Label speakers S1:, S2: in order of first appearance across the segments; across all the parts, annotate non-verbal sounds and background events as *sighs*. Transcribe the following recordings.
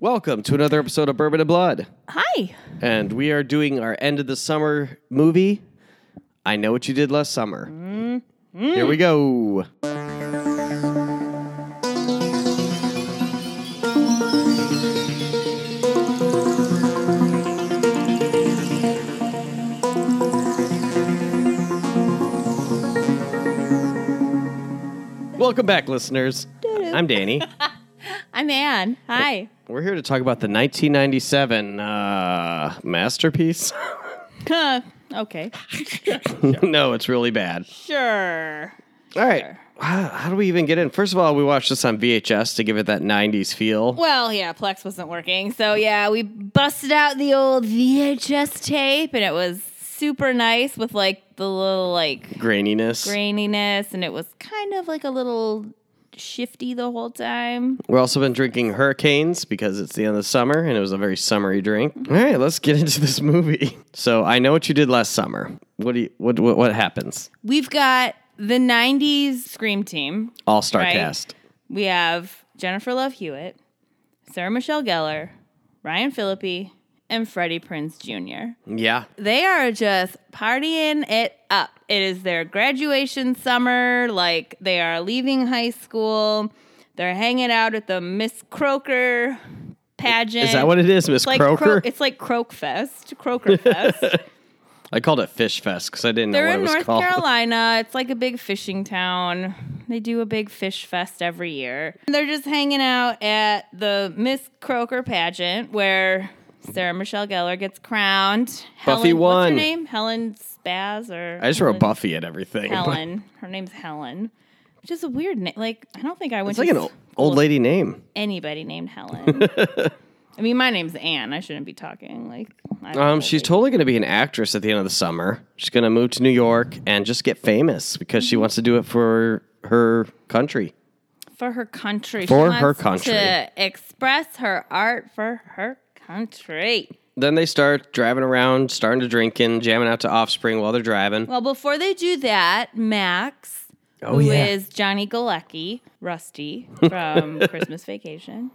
S1: Welcome to another episode of Bourbon and Blood.
S2: Hi.
S1: And we are doing our end of the summer movie. I know what you did last summer. Here we go. Welcome back, listeners. I'm Danny.
S2: I'm Ann. Hi.
S1: We're here to talk about the 1997 uh, masterpiece. *laughs*
S2: Huh. okay.
S1: no, it's really bad.
S2: Sure.
S1: All right. How, how do we even get in? First of all, we watched this on VHS to give it that 90s feel.
S2: Well, yeah, Plex wasn't working. So, yeah, we busted out the old VHS tape and it was super nice with like the little like
S1: Graininess.
S2: graininess and it was kind of like a little shifty the whole time.
S1: We've also been drinking Hurricanes because it's the end of summer and it was a very summery drink. All right, let's get into this movie. *laughs* So, I know what you did last summer. What do you, what, what what happens?
S2: We've got the 90s Scream Team.
S1: All-star
S2: Right.
S1: cast.
S2: We have Jennifer Love Hewitt, Sarah Michelle Gellar, Ryan Philippi, and Freddie Prinz Jr.
S1: Yeah.
S2: they are just partying it up. It is their graduation summer. Like they are leaving high school. They're hanging out at the Miss Croker pageant.
S1: Is that what it is, Miss
S2: It's like
S1: Croker?
S2: Cro- it's like Croak Fest,
S1: *laughs*
S2: Croker Fest.
S1: I called it Fish Fest because I didn't know
S2: They're
S1: what it
S2: in
S1: was
S2: North
S1: called. *laughs*
S2: Carolina. It's like a big fishing town. They do a big fish fest every year. They're just hanging out at the Miss Croker pageant where Sarah Michelle Gellar gets crowned.
S1: Buffy
S2: Helen, What's
S1: won.
S2: her name? Helen Spaz or
S1: I just wrote
S2: Helen-
S1: Buffy at everything.
S2: Helen. Her name's Helen, which is a weird name. Like I don't think I
S1: It's
S2: went to
S1: like an
S2: school
S1: o- old
S2: with
S1: lady name.
S2: anybody
S1: *laughs*
S2: named Helen. I mean, my name's Anne. I shouldn't be talking like. I don't
S1: Um,
S2: know,
S1: she's
S2: like-
S1: totally going to be an actress at the end of the summer. She's going to move to New York and just get famous because she wants to do it for her country.
S2: for her country.
S1: For
S2: she
S1: her
S2: wants
S1: country.
S2: to express her art for her country.
S1: Then they start driving around, starting to drinking, jamming out to Offspring while they're driving.
S2: Well, before they do that, Max,
S1: Oh,
S2: who is
S1: yeah.
S2: Johnny Galecki, Rusty
S1: *laughs*
S2: from Christmas Vacation,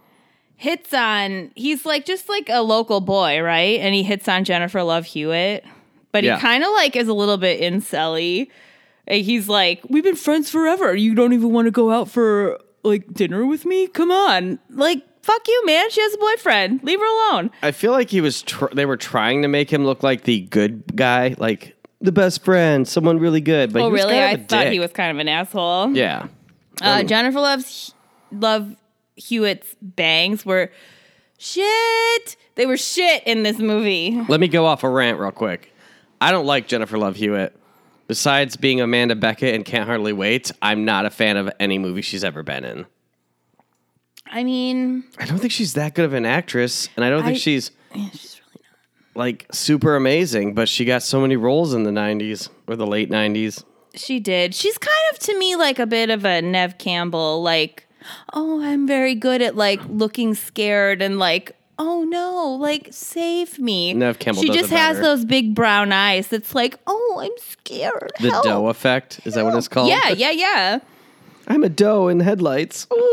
S2: hits on. He's like just like a local boy, right? And he hits on Jennifer Love Hewitt, but
S1: Yeah.
S2: he kind of like is a little bit incelly. Uh, He's like, we've been friends forever. You don't even want to go out for like dinner with me? Come on, like. Fuck you, man. She has a boyfriend. Leave her alone.
S1: I feel like he was. Tr- they were trying to make him look like the good guy, like the best friend, someone really good. But
S2: Oh,
S1: he was
S2: really?
S1: kind
S2: I
S1: of a
S2: thought
S1: dick.
S2: he was kind of an asshole.
S1: Yeah.
S2: Uh, Jennifer loves love Hewitt's bangs were shit. They were shit in this movie.
S1: Let me go off a rant real quick. I don't like Jennifer Love Hewitt. Besides being Amanda Beckett and Can't Hardly Wait, I'm not a fan of any movie she's ever been in.
S2: I mean,
S1: I don't think she's that good of an actress, and I don't think
S2: I-
S1: she's
S2: yeah, she's really
S1: like super amazing. But she got so many roles in the '90s or the late '90s.
S2: she did. She's kind of to me like a bit of a Nev Campbell. Like, oh, I'm very good at like looking scared and like. Oh no! Like save me.
S1: Nev Campbell
S2: She
S1: does it
S2: just has
S1: better.
S2: those big brown eyes. That's like, oh, I'm scared.
S1: The
S2: Help.
S1: doe effect is that what it's called?
S2: Yeah, yeah, yeah.
S1: I'm a doe in headlights. Ooh.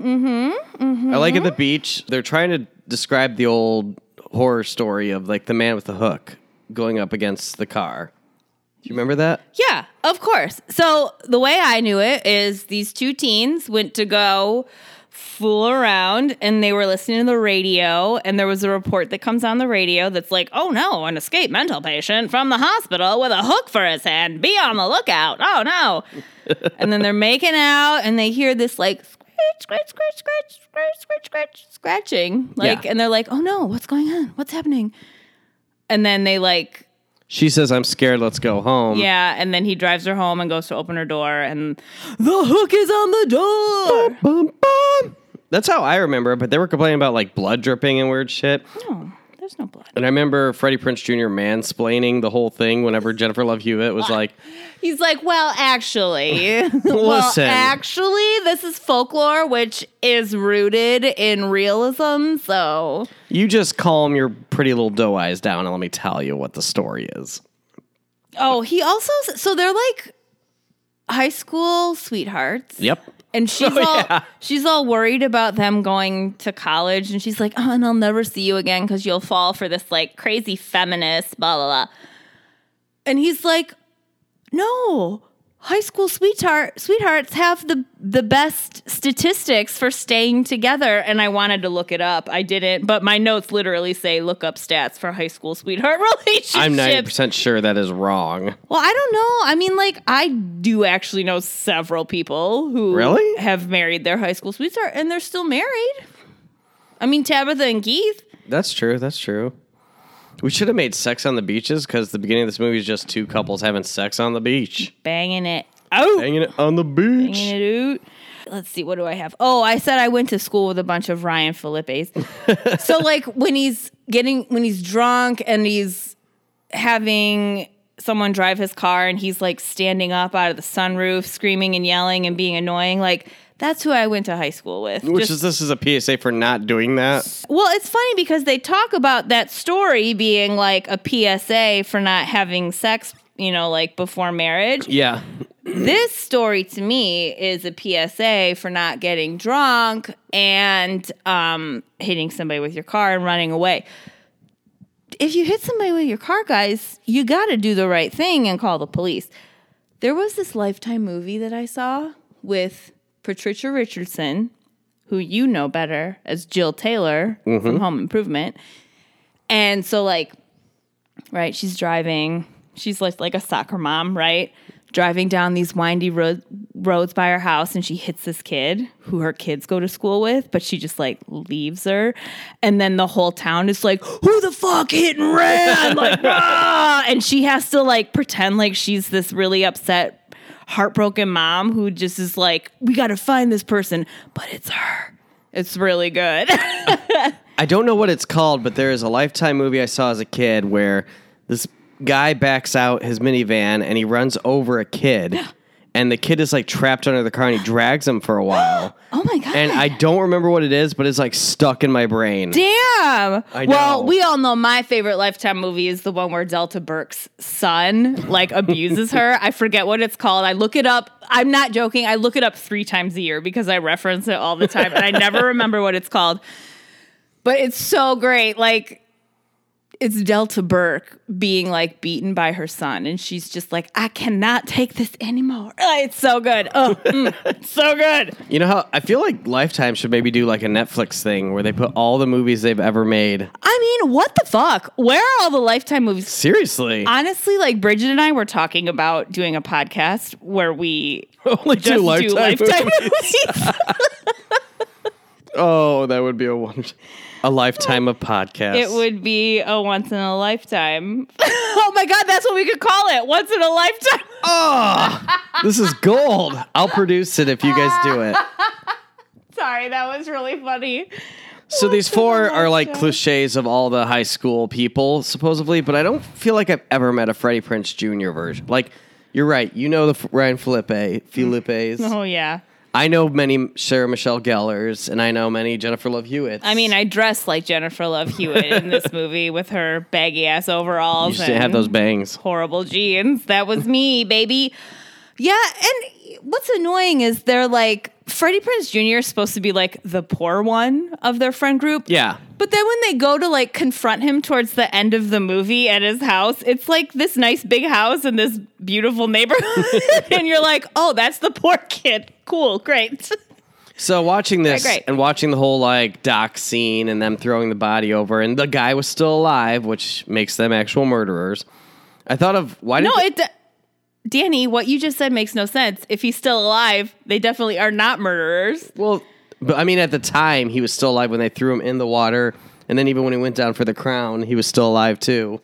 S1: Mm-hmm, I like at the beach. They're trying to describe the old horror story of like the man with the hook going up against the car. Do you remember that?
S2: Yeah, of course. So the way I knew it is these two teens went to go fool around and they were listening to the radio and there was a report that comes on the radio that's like, "Oh no, an escaped mental patient from the hospital with a hook for his hand. Be on the lookout." Oh no. and then they're making out and they hear this like scratch, scratch, scratch, scratch, scratch, scratch, scratch, scratching. Like
S1: Yeah.
S2: and they're like, "Oh no, what's going on? What's happening?" And then they like
S1: She says, "I'm scared. Let's go home."
S2: yeah, and then he drives her home and goes to open her door, and the hook is on the door.
S1: Bum, bum. That's how I remember it. But they were complaining about like blood dripping and weird shit.
S2: No, there's no blood.
S1: And I remember Freddie Prince Jr. mansplaining the whole thing whenever Jennifer Love Hewitt was like,
S2: He's like, well, actually, *laughs* well,
S1: Listen.
S2: actually, this is folklore, which is rooted in realism. So
S1: You just calm your pretty little doe eyes down and let me tell you what the story is.
S2: Oh, he also so they're like high school sweethearts.
S1: Yep.
S2: And she's all she's all worried about them going to college, and she's like, "Oh, and I'll never see you again because you'll fall for this like crazy feminist, blah blah blah." And he's like, "No, high school sweetheart sweethearts have the the best statistics for staying together." And I wanted to look it up, I didn't, but my notes literally say look up stats for high school sweetheart *laughs*
S1: *laughs*
S2: relationships.
S1: I'm 90% sure that is wrong.
S2: Well, I don't know. I mean, like, I do actually know several people who
S1: Really?
S2: have married their high school sweetheart and they're still married. I mean, Tabitha and Keith.
S1: That's true. That's true. We should have made sex on the beaches because the beginning of this movie is just two couples having sex on the beach.
S2: Banging it out.
S1: Hanging it on the beach.
S2: Banging it out. Let's see, what do I have? Oh, I said I went to school with a bunch of Ryan
S1: *laughs*
S2: Felipe's. so, like, when he's getting, when he's drunk and he's having someone drive his car and he's like standing up out of the sunroof, screaming and yelling and being annoying, like, that's who I went to high school with.
S1: Which
S2: Just-
S1: is this is a PSA for not doing that.
S2: Well, it's funny because they talk about that story being like a PSA for not having sex, you know, like before marriage.
S1: Yeah.
S2: This story to me is a PSA for not getting drunk and um, hitting somebody with your car and running away. If you hit somebody with your car, guys, you got to do the right thing and call the police. There was this Lifetime movie that I saw with Patricia Richardson, who you know better as Jill Taylor from Home Improvement. And so, like, right? She's driving. She's like, like a soccer mom, right? Driving down these windy road, roads by her house, and she hits this kid who her kids go to school with, but she just like leaves her. And then the whole town is like, Who the fuck hit and *laughs* ran? like, "Rah!" and she has to like pretend like she's this really upset, heartbroken mom who just is like, We gotta find this person, but it's her. It's really good. *laughs*
S1: I don't know what it's called, but there is a Lifetime movie I saw as a kid where this guy backs out his minivan and he runs over a kid. And the kid is like trapped under the car and he drags him for a while.
S2: oh my God.
S1: And I don't remember what it is, but it's like stuck in my brain.
S2: Damn.
S1: I
S2: Well,
S1: know.
S2: we all know my favorite Lifetime movie is the one where Delta Burke's son like abuses her. I forget what it's called. I look it up. I'm not joking. I look it up three times a year because I reference it all the time and I never remember what it's called. But it's so great. Like it's Delta Burke being like beaten by her son, and she's just like, I cannot take this anymore. Ah, it's so good. Oh, mm, it's so good.
S1: You know how I feel like Lifetime should maybe do like a Netflix thing where they put all the movies they've ever made.
S2: I mean, what the fuck? Where are all the Lifetime movies?
S1: Seriously.
S2: honestly, like Bridget and I were talking about doing a podcast where *laughs* we
S1: *laughs* Only two
S2: just do
S1: Lifetime
S2: lifetime,
S1: movies.
S2: *laughs*
S1: *laughs*
S2: movies.
S1: Oh, that would be a one a lifetime of podcasts.
S2: it would be a once in a *laughs* lifetime. oh my god, that's what we could call it. Once in a lifetime.
S1: Ah, This is gold. I'll produce it if you guys do
S2: *laughs*
S1: it.
S2: *laughs* Sorry, that was really funny.
S1: So these four
S2: Lifetime.
S1: are like cliches of all the high school people, supposedly, but I don't feel like I've ever met a Freddie Prince Jr. version. Like, you're right. You know the F- Ryan Felipe, Felipe's.
S2: Oh yeah.
S1: I know many Sarah Michelle Gellar's, and I know many Jennifer Love Hewitt's.
S2: I mean, I dressed like Jennifer Love Hewitt in *laughs* this movie with her baggy ass overalls.
S1: you should have
S2: and-
S1: those bangs.
S2: horrible jeans. That was me, baby. Yeah, and what's annoying is they're like Freddie Prince Jr. is supposed to be like the poor one of their friend group.
S1: Yeah.
S2: But then when they go to like confront him towards the end of the movie at his house, it's like this nice big house in this beautiful neighborhood. *laughs* and you're like, oh, that's the poor kid. Cool, great. *laughs*
S1: So watching this
S2: Right, right.
S1: and watching the whole like doc scene and them throwing the body over and the guy was still alive, which makes them actual murderers. I thought of why
S2: No,
S1: did
S2: it. Danny, what you just said makes no sense. If he's still alive, they definitely are not murderers.
S1: well, but I mean at the time he was still alive when they threw him in the water, and then even when he went down for the crown, he was still alive too.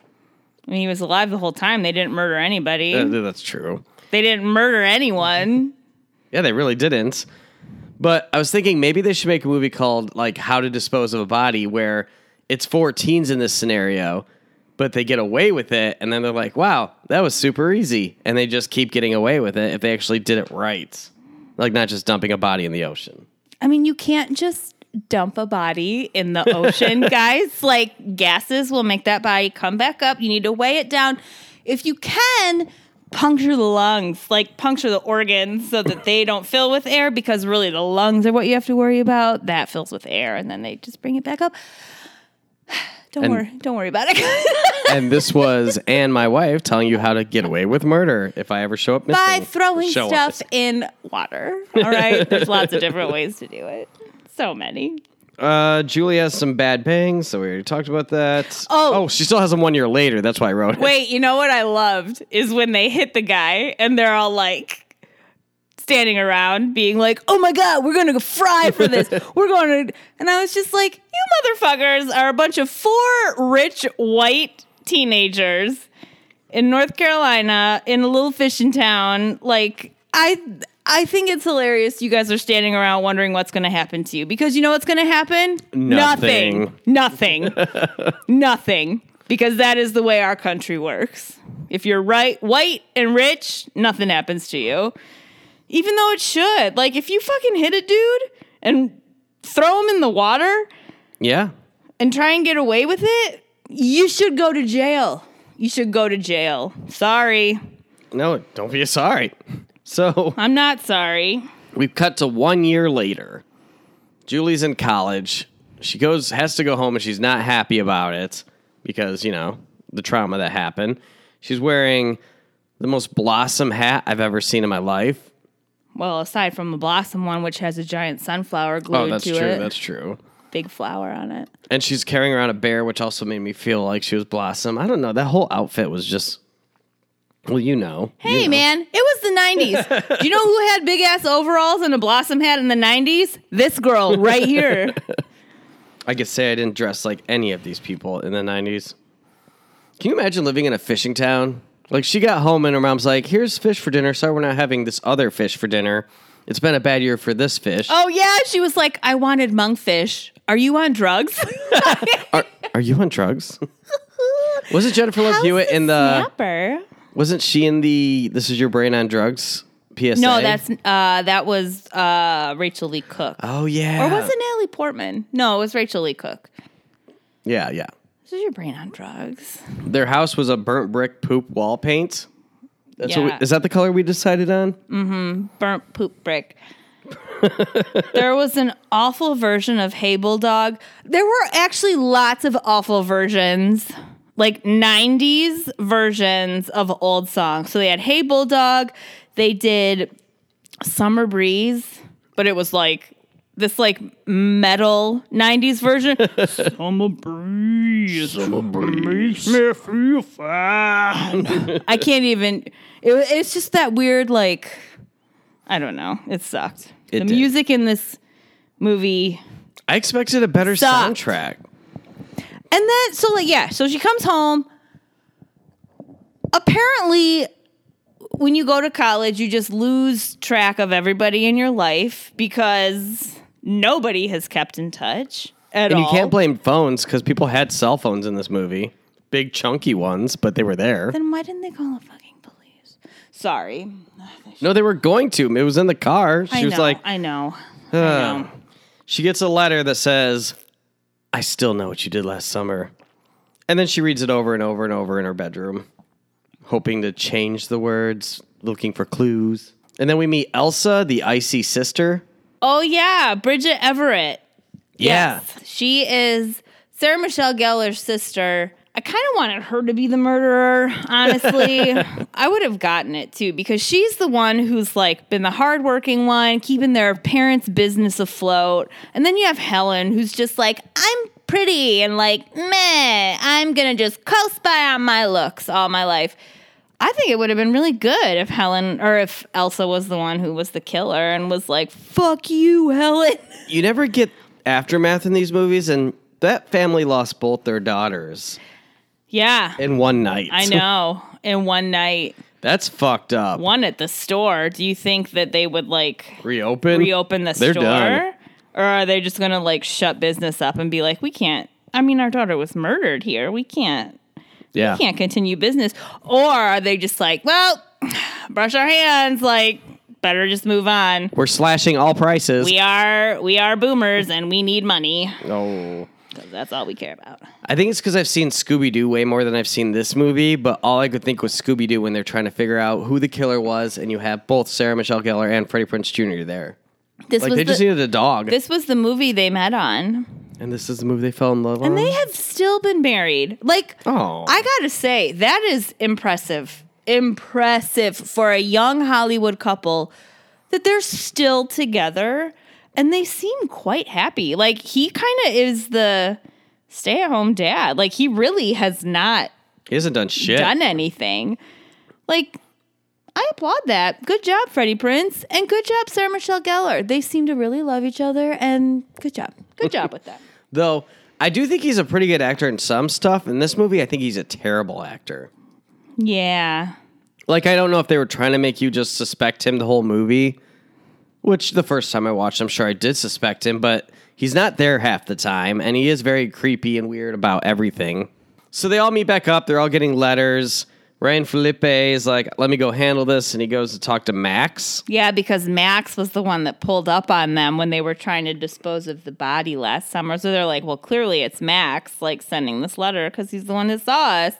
S2: I mean, he was alive the whole time. They didn't murder anybody.
S1: Uh, that's true.
S2: They didn't murder anyone.
S1: Yeah, they really didn't. But I was thinking maybe they should make a movie called like How to Dispose of a Body where it's four teens in this scenario, but they get away with it and then they're like, "Wow, that was super easy." And they just keep getting away with it if they actually did it right. Like not just dumping a body in the ocean.
S2: *laughs* I mean, you can't just dump a body in the *laughs* ocean, guys. Like, gases will make that body come back up. You need to weigh it down. If you can, puncture the lungs, like puncture the organs so that they don't fill with air because really the lungs are what you have to worry about. That fills with air and then they just bring it back up. *sighs* Don't
S1: And-
S2: worry, don't worry about it. *laughs*
S1: and this was and my wife telling you how to get away with murder if I ever show up missing.
S2: By throwing
S1: Show up
S2: stuff in water. All right. There's lots of different ways to do it. So many.
S1: Uh, Julie has some bad bangs, so we already talked about that.
S2: Oh.
S1: she still has them one year later. That's why I wrote it.
S2: *laughs* Wait, you know what I loved is when they hit the guy and they're all like standing around being like, oh my God, we're going to fry for this. We're going to. And I was just like, you motherfuckers are a bunch of four rich white teenagers in North Carolina in a little fishing town. Like, I. I think it's hilarious you guys are standing around wondering what's going to happen to you because you know what's going to happen?
S1: Nothing.
S2: Nothing. nothing because that is the way our country works. If you're right, white and rich, nothing happens to you. Even though it should. Like if you fucking hit a dude and throw him in the water
S1: Yeah.
S2: and try and get away with it, you should go to jail. You should go to jail. Sorry.
S1: No, don't be sorry. So *laughs*
S2: I'm not sorry.
S1: we've cut to one year later. Julie's in college. She goes has to go home, and she's not happy about it because you know the trauma that happened. She's wearing the most blossom hat I've ever seen in my life.
S2: Well, aside from the blossom one, which has a giant sunflower glued
S1: Oh, that's
S2: to
S1: true.
S2: it,
S1: That's true.
S2: big flower on it.
S1: And she's carrying around a bear, which also made me feel like she was Blossom. I don't know. That whole outfit was just. Well, you know.
S2: Hey man, it was
S1: *laughs*
S2: the 90s. Do you know who had big ass overalls and a blossom hat in the 90s? This girl right
S1: *laughs*
S2: here.
S1: I could say I didn't dress like any of these people in the 90s. Can you imagine living in a fishing town? Like, she got home and her mom's like, here's fish for dinner. Sorry, we're not having this other fish for dinner. It's been a bad year for this fish.
S2: oh yeah, she was like, I wanted monkfish. Are you on
S1: *laughs*
S2: drugs?
S1: Are, are you on drugs? Wasn't Jennifer Love Hewitt in the.
S2: snapper?
S1: Wasn't she in the This Is Your Brain on Drugs PSA?
S2: No, that's uh that was uh Rachel Lee Cook.
S1: Oh, yeah.
S2: or was it Natalie Portman? No, it was Rachel Lee Cook.
S1: Yeah, yeah.
S2: This is your brain on drugs.
S1: Their house was a burnt brick poop wall paint. That's what
S2: Yeah.
S1: we, is that the color we decided on?
S2: burnt poop brick. there was an awful version of Hey Bulldog. There were actually lots of awful versions, like 90s versions of old songs. So they had Hey Bulldog, they did Summer Breeze, but it was like this like metal 90s version. *laughs* Summer Breeze. Summer Breeze. Makes me feel fine. I can't even. It, it's just that weird like. I don't know. It sucked.
S1: It
S2: the
S1: did.
S2: music in this movie.
S1: I expected a better
S2: Sucked.
S1: soundtrack.
S2: And then, so like, yeah, so she comes home. Apparently, when you go to college, you just lose track of everybody in your life because nobody has kept in touch at
S1: And
S2: all.
S1: you can't blame phones because people had cell phones in this movie. Big chunky ones, but they were there.
S2: then why didn't they call the fucking police? Sorry.
S1: No, they were going to. It was in the car. She
S2: I
S1: was
S2: know,
S1: like,
S2: I know. I
S1: "Ugh."
S2: know.
S1: she gets a letter that says, I still know what you did last summer. And then she reads it over and over and over in her bedroom, hoping to change the words, looking for clues. And then we meet Elsa, the icy sister.
S2: Oh yeah, Bridget Everett.
S1: Yeah.
S2: Yes. She is Sarah Michelle Gellar's sister. I kind of wanted her to be the murderer, honestly. I would have gotten it too because she's the one who's like been the hardworking one, keeping their parents' business afloat. And then you have Helen who's just like, I'm pretty and like, meh, I'm gonna just coast by on my looks all my life. I think it would have been really good if Helen or if Elsa was the one who was the killer and was like, fuck you, Helen. *laughs*
S1: you never get aftermath in these movies, and that family lost both their daughters
S2: Yeah.
S1: in one night.
S2: I know. In one night,
S1: That's fucked up.
S2: one at the store. Do you think that they would like
S1: Reopen.
S2: reopen the
S1: They're
S2: store?
S1: done.
S2: Or are they just going to like shut business up and be like, we can't? I mean, our daughter was murdered here. We can't.
S1: Yeah.
S2: We can't continue business. Or are they just like, well, *sighs* brush our hands, like better just move on.
S1: We're slashing all prices.
S2: We are we are boomers and we need money.
S1: oh.
S2: 'Cause That's all we care about.
S1: I think it's because I've seen Scooby Doo way more than I've seen this movie, but all I could think was Scooby Doo when they're trying to figure out who the killer was, and you have both Sarah Michelle Gellar and Freddie Prince Jr. there.
S2: This
S1: Like
S2: was
S1: they
S2: the,
S1: just needed a dog,
S2: this was the movie they met on.
S1: and this is the movie they fell in love on.
S2: They have still been married. Like,
S1: Oh.
S2: I gotta say, that is impressive. Impressive for a young Hollywood couple that they're still together and they seem quite happy. Like, he kind of is the stay at home dad. Like, he really has not
S1: he hasn't done shit.
S2: done anything. Like, I applaud that. Good job, Freddie Prince, and good job, Sarah Michelle Gellar. They seem to really love each other, and good job. Good job with that.
S1: Though I do think he's a pretty good actor in some stuff. In this movie, I think he's a terrible actor.
S2: Yeah.
S1: Like I don't know if they were trying to make you just suspect him the whole movie, which the first time I watched, I'm sure I did suspect him, but he's not there half the time, and he is very creepy and weird about everything. So they all meet back up. They're all getting letters. Ryan Felipe is like, "Let me go handle this," and he goes to talk to Max.
S2: Yeah, because Max was the one that pulled up on them when they were trying to dispose of the body last summer. So they're like, well, clearly it's Max, like sending this letter because he's the one that saw us.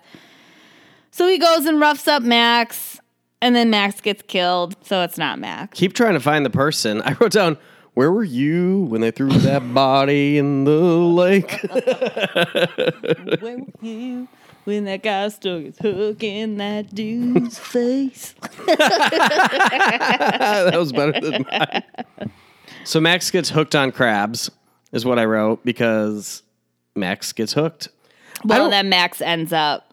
S2: So he goes and roughs up Max, and then Max gets killed. So it's not *laughs* Max.
S1: Keep trying to find the person. *laughs* I wrote down, "Where were you when they threw that body in the lake?" *laughs*
S2: Where were you when that guy stuck his hook in that *laughs* dude's face?
S1: *laughs* that was better than mine. So Max gets hooked on crabs, is what I wrote because Max gets hooked.
S2: Well,
S1: don't-
S2: then Max ends up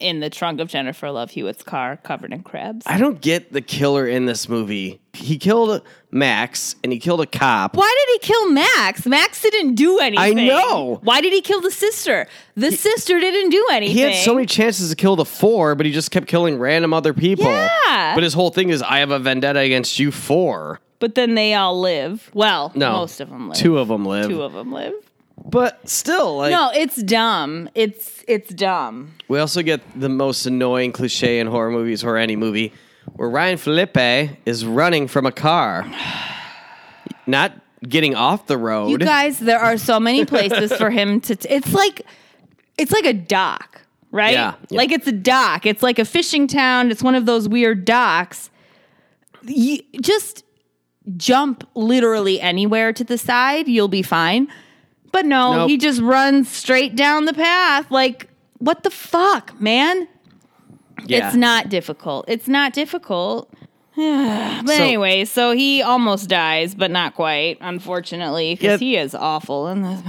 S2: in the trunk of Jennifer Love Hewitt's car covered in crabs.
S1: I don't get the killer in this movie. He killed Max and he killed a cop.
S2: Why did he kill Max? Max didn't do anything.
S1: know.
S2: Why did he kill the sister? The sister didn't do anything.
S1: He had so many chances to kill the four, but he just kept killing random other people.
S2: Yeah.
S1: But his whole thing is, I have a vendetta against you four.
S2: But then they all live. Well,
S1: No,
S2: most of them live.
S1: Two of them live.
S2: Two of them live.
S1: But still, like,
S2: No, it's dumb. It's it's dumb.
S1: We also get the most annoying cliche in horror movies or any movie where Ryan Felipe is running from a car, *sighs* not getting off the
S2: You
S1: road.
S2: guys, there are so many places for him to. T- it's like it's like a dock, right?
S1: Yeah, yeah.
S2: Like it's a dock. It's like a fishing town. It's one of those weird docks. You just jump literally anywhere to the side, you'll be fine. But no,
S1: Nope.
S2: he just runs straight down the path. Like what the fuck, man?
S1: Yeah.
S2: It's not difficult. It's not difficult. *sighs* but
S1: So-
S2: anyway, so he almost dies, but not quite, unfortunately, because
S1: Yeah.
S2: he is awful in this.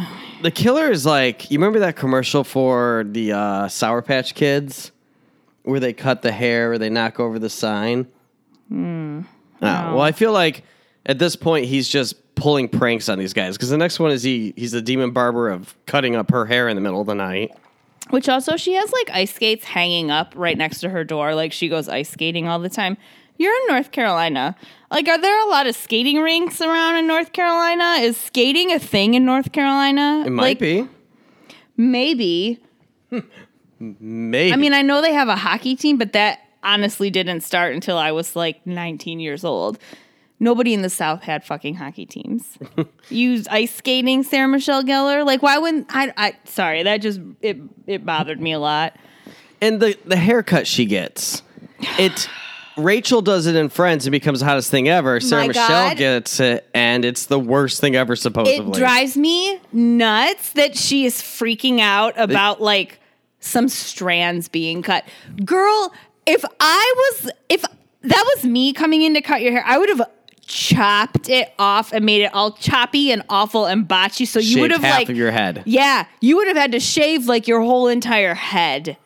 S1: The killer is like, you remember that commercial for the uh, Sour Patch Kids where they cut the hair or they knock over the sign?
S2: Hmm.
S1: Oh, Well, I feel like at this point he's just pulling pranks on these guys because the next one is he he's the demon barber of cutting up her hair in the middle of the night.
S2: Which also, she has like ice skates hanging up right next to her door. Like she goes ice skating all the time. You're in North Carolina. Like, are there a lot of skating rinks around in North Carolina? Is skating a thing in North Carolina?
S1: It might
S2: Like,
S1: be.
S2: Maybe.
S1: Maybe. *laughs*
S2: I mean, I know they have a hockey team, but that honestly didn't start until I was like 19 years old. Nobody in the South had fucking hockey teams. Used ice skating, Sarah Michelle Gellar. Like, why wouldn't I? I sorry, that just it it bothered me a lot.
S1: and the the haircut she gets it rachel does it in friends and becomes the hottest thing ever sarah
S2: My
S1: michelle
S2: God.
S1: gets it and it's the worst thing ever
S2: It
S1: supposedly
S2: drives me nuts that she is freaking out about like some strands being cut. Girl, if I was if that was me coming in to cut your hair, I would have chopped it off and made it all choppy and awful and botchy. So you
S1: Shaved
S2: would have
S1: half
S2: like
S1: of your head.
S2: Yeah, you would have had to shave like your whole entire head.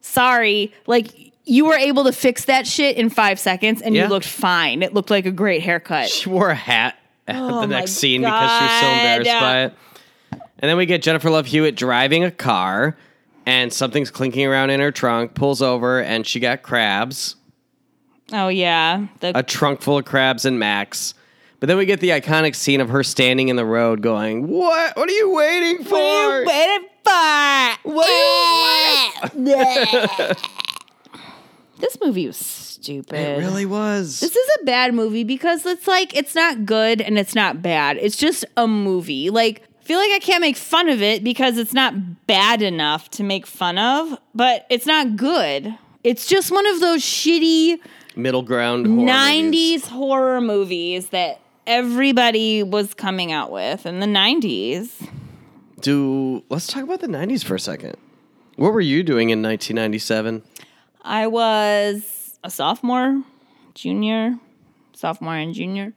S2: Sorry, like you were able to fix that shit in five seconds, and
S1: Yeah.
S2: you looked fine. It looked like a great
S1: *laughs*
S2: haircut.
S1: she wore a hat at the
S2: Oh my
S1: next scene because she was so
S2: God.
S1: embarrassed by it and then we get jennifer love hewitt driving a car and something's clinking around in her trunk pulls over and she got crabs
S2: Oh yeah, the
S1: a trunk full of crabs and max but then we get the iconic scene of her standing in the road going what what are you waiting for
S2: *laughs* this movie was stupid.
S1: it really was
S2: This is a bad movie because it's like it's not good and it's not bad. It's just a movie. Like feel like I can't make fun of it because it's not bad enough to make fun of, but it's not good. It's just one of those shitty
S1: Middle ground. horror movies.
S2: 90s horror movies that everybody was coming out with in the 90s.
S1: Do let's talk about the nineties for a second. What were you doing in nineteen ninety seven?
S2: I was a sophomore, junior, sophomore and junior.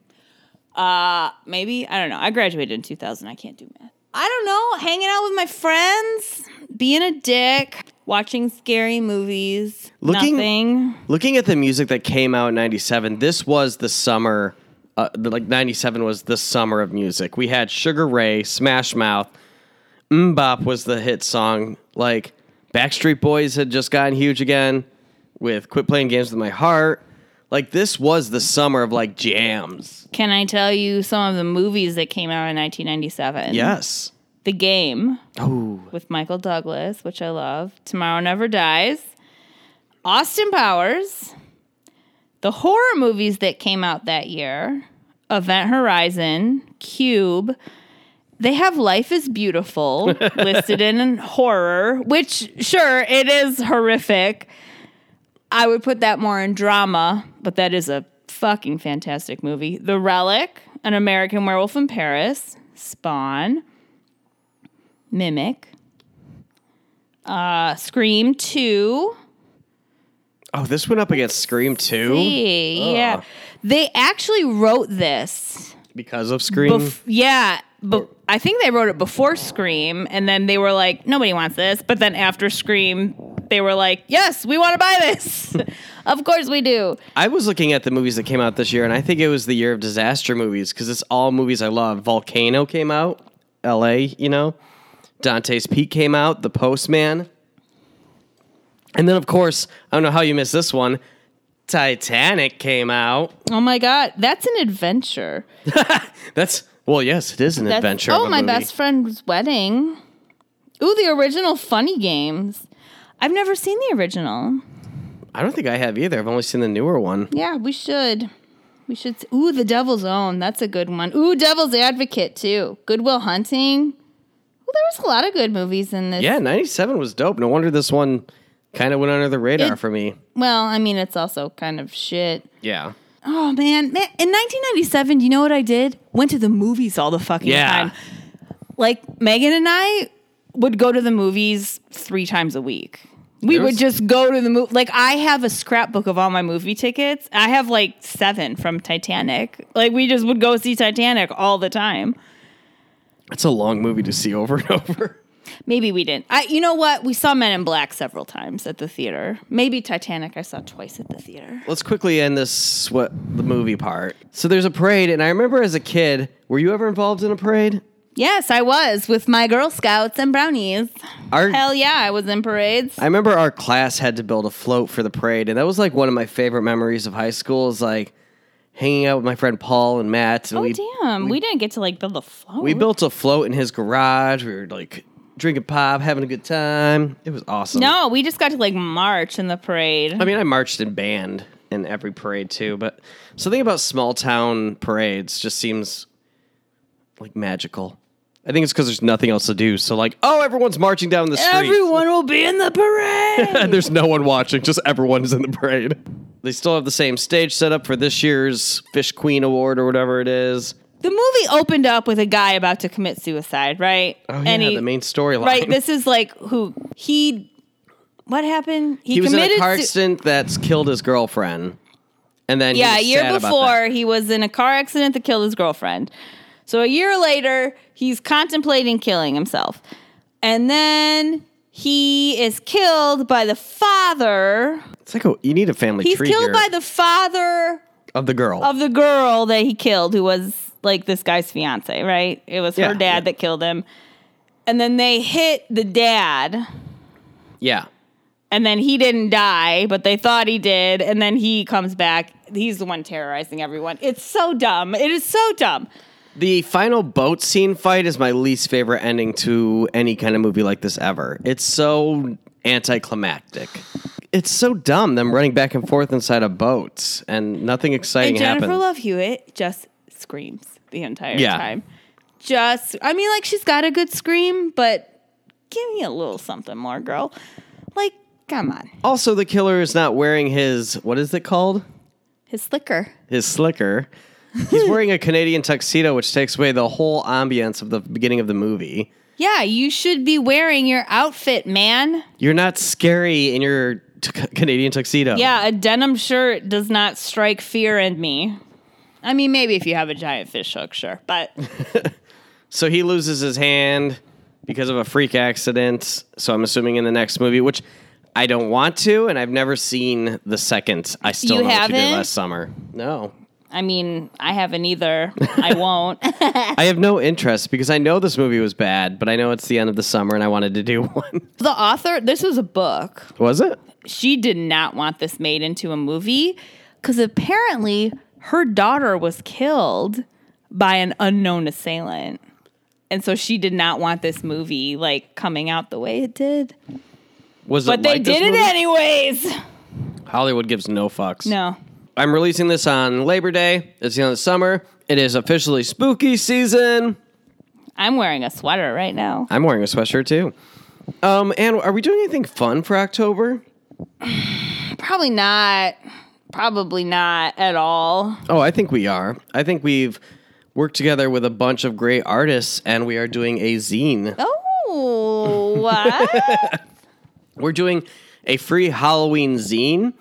S2: Uh, maybe I don't know. I graduated in 2000. I can't do math. I don't know. Hanging out with my friends, being a dick, watching scary movies,
S1: Looking-
S2: nothing.
S1: Looking at the music that came out in 97, this was the summer, uh, the- like 97 was the summer of music. We had Sugar Ray, Smash Mouth, Mbop was the hit song. Like Backstreet Boys had just gotten huge again with Quit Playing Games with My Heart. Like this was the summer of like jams.
S2: Can I tell you some of the movies that came out in 1997?
S1: Yes.
S2: The Game
S1: Oh,
S2: with Michael Douglas, which I love. Tomorrow Never Dies. Austin Powers. The horror movies that came out that year Event Horizon, Cube. They have Life is Beautiful listed in horror, which, sure, it is horrific. I would put that more in drama, but that is a fucking fantastic movie. The Relic, An American Werewolf in Paris, Spawn, Mimic, uh, Scream 2.
S1: oh, this went up against Scream 2
S2: Yeah.
S1: Ugh.
S2: They actually wrote this.
S1: because of Scream.
S2: Bef- yeah. But I think they wrote it before Scream, and then they were like, nobody wants this. But then after Scream, they were like, yes, we want to buy
S1: *laughs*
S2: this. *laughs* of course we do.
S1: I was looking at the movies that came out this year, and I think it was the year of disaster movies because it's all movies I love. Volcano came out, L.A. You know, Dante's Peak came out, The Postman, and then of course I don't know how you missed this one. Titanic came out.
S2: Oh my God. That's an adventure.
S1: That's well, yes, it is an
S2: That's,
S1: adventure.
S2: Oh,
S1: of a
S2: my
S1: movie.
S2: best friend's wedding. Ooh, the original Funny Games. I've never seen the original.
S1: I don't think I have either. I've only seen the newer one.
S2: Yeah, we should. We should. s- Ooh, The Devil's Own. That's a good one. Ooh, Devil's Advocate too. Goodwill Hunting. Well, there was a lot of good movies in this.
S1: Yeah, '97 was dope. No wonder this one kind of went under the radar
S2: It-
S1: for me.
S2: Well, I mean, it's also kind of shit.
S1: Yeah.
S2: Oh man, man. In 1997, do you know what I did? Went to the movies all the fucking
S1: Yeah.
S2: time. Like Megan and I would go to the movies three times a week. We
S1: There's-
S2: would just go to the movie. Like I have a scrapbook of all my movie tickets. I have like seven from Titanic. Like we just would go see Titanic all the time.
S1: That's a long movie to see over and *laughs* over.
S2: Maybe we didn't. I, you know what? We saw Men in Black several times at the theater. Maybe Titanic I saw twice at the theater.
S1: Let's quickly end this what the movie part. So there's a parade, and I remember as a kid, were you ever involved in a parade?
S2: Yes, I was with my Girl Scouts and brownies.
S1: Our,
S2: Hell yeah, I was in parades.
S1: I remember our class had to build a float for the parade, and that was like one of my favorite memories of high school. Is like hanging out with my friend Paul and Matt, and
S2: Oh
S1: we
S2: damn, we, didn't get to like build a float.
S1: we built a float in his garage. We were like drinking pop, having a good time. It was awesome.
S2: no, we just got to like march in the parade.
S1: I mean, I marched in band in every parade too, but something about small town parades just seems like magical. I think it's because there's nothing else to do. So, like, oh, everyone's marching down the street.
S2: Everyone will be in the
S1: *laughs*
S2: parade.
S1: And there's no one watching, just everyone's in the parade. They still have the same stage set up for this year's Fish Queen Award or whatever it is.
S2: the movie opened up with a guy about to commit suicide, right?
S1: Oh, yeah,
S2: And he-
S1: the main storyline.
S2: right. This is like who he. What happened?
S1: he was in a car
S2: su-
S1: accident that's killed his girlfriend. And then he
S2: Yeah, a
S1: was
S2: year
S1: sad about that.
S2: before he was in a car accident that killed his girlfriend. So a year later, he's contemplating killing himself. And then he is killed by the father.
S1: It's like, oh, you need a family
S2: He's
S1: tree
S2: killed
S1: here
S2: by the father
S1: of the girl.
S2: of the girl that he killed, who was like this guy's fiance, right? It was
S1: Yeah,
S2: her dad
S1: yeah.
S2: that killed him. And then they hit the dad.
S1: yeah.
S2: and then he didn't die, but they thought he did, and then he comes back. He's the one terrorizing everyone. It's so dumb. It is so dumb.
S1: The final boat scene fight is my least favorite ending to any kind of movie like this ever. It's so anticlimactic. It's so dumb them running back and forth inside of boats and nothing exciting
S2: and Jennifer
S1: happens.
S2: Love Hewitt just screams the entire
S1: Yeah.
S2: time. just, I mean, like she's got a good scream, but give me a little something more, girl. Like, come on.
S1: Also, the killer is not wearing his what is it called?
S2: His slicker.
S1: His slicker. He's wearing a Canadian tuxedo, which takes away the whole ambience of the beginning of the movie.
S2: Yeah, you should be wearing your outfit, man.
S1: You're not scary in your t- Canadian tuxedo.
S2: Yeah, a denim shirt does not strike fear in me. I mean, maybe if you have a giant fish hook, sure. But
S1: So he loses his hand because of a freak accident. So I'm assuming in the next movie, which I don't want to, and I've never seen the second. I still
S2: You
S1: know what you did
S2: haven't?
S1: last summer. No.
S2: I mean, I haven't either. I
S1: *laughs*
S2: *laughs* won't.
S1: I have no interest because I know this movie was bad, but I know it's the end of the summer and I wanted to do *laughs* one.
S2: the author, this was a book.
S1: Was it?
S2: She did not want this made into a movie because apparently her daughter was killed by an unknown assailant. And so she did not want this movie like coming out the way it did.
S1: Was
S2: But
S1: it
S2: they
S1: like this
S2: did it
S1: movie?
S2: anyways. *laughs*
S1: Hollywood gives no fucks.
S2: No.
S1: I'm releasing this on Labor Day. It's the end of the summer. It is officially spooky season.
S2: I'm wearing a sweater right now.
S1: I'm wearing a sweatshirt too. Um, and are we doing anything fun for October?
S2: Probably not. Probably not at all.
S1: Oh, I think we are. I think we've worked together with a bunch of great artists and we are doing a zine.
S2: Oh, what?
S1: We're doing a free Halloween zine.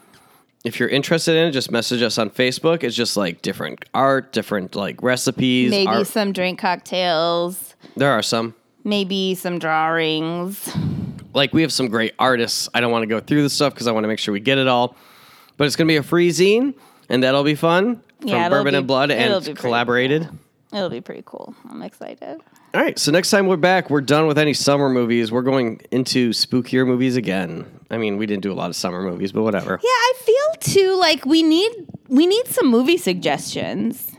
S1: If you're interested in it, just message us on Facebook. It's just like different art, different like recipes.
S2: *laughs* maybe
S1: art-
S2: some drink cocktails,
S1: There are some.
S2: maybe some drawings.
S1: like we have some great artists. I don't want to go through the stuff because I want to make sure we get it all. But it's going to be a free zine, and that'll be fun from
S2: Yeah, it'll
S1: Bourbon
S2: be-
S1: and Blood
S2: it'll be
S1: and
S2: pretty
S1: collaborated.
S2: It'll be pretty cool. I'm excited.
S1: All right, so next time we're back, we're done with any summer movies. We're going into spookier movies again. I mean, we didn't do a lot of summer movies, but whatever.
S2: Yeah, I feel too like we need we need some movie suggestions.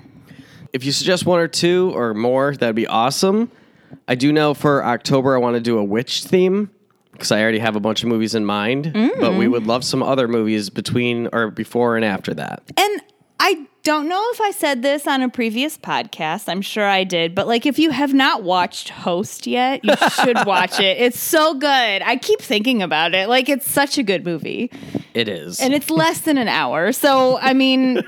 S1: If you suggest one or two or more, that'd be awesome. I do know for October, I want to do a witch theme because I already have a bunch of movies in mind, but
S2: Mm.
S1: we would love some other movies between or before and after that.
S2: And I don't know if I said this on a previous podcast. I'm sure I did, but like if you have not watched Host yet, you should watch it. It's so good. I keep thinking about it. Like it's such a good movie.
S1: It is.
S2: And it's less than an hour. So, I mean,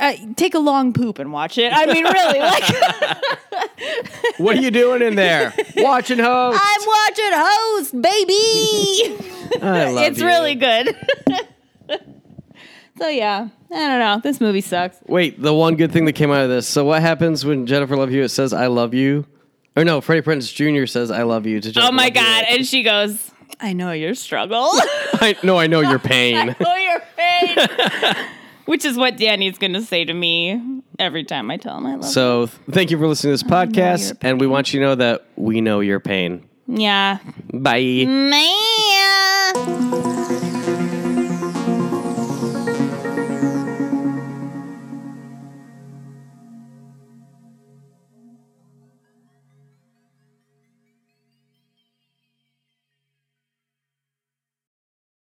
S2: uh, take a long poop and watch it. I mean, really, like *laughs*
S1: What are you doing in there? Watching hoes.
S2: I'm watching Host, baby.
S1: I love
S2: it's
S1: you.
S2: really good. *laughs* so, yeah, I don't know. This movie sucks.
S1: Wait, the one good thing that came out of this. So what happens when Jennifer Love Hewitt says "I love you"? Or no, Freddie Prince Jr. says "I love you" to Jennifer.
S2: Oh my
S1: Love
S2: God.
S1: Hewitt.
S2: And she goes, I know your
S1: *laughs*
S2: struggle. *laughs*
S1: I no, I know your pain.
S2: oh, your pain. *laughs* Which is what Danny's going to say to me every time I tell him I love him.
S1: so th- thank you for listening to this podcast,
S2: your
S1: and we want you to know that we know your pain.
S2: Yeah.
S1: Bye.
S2: Man.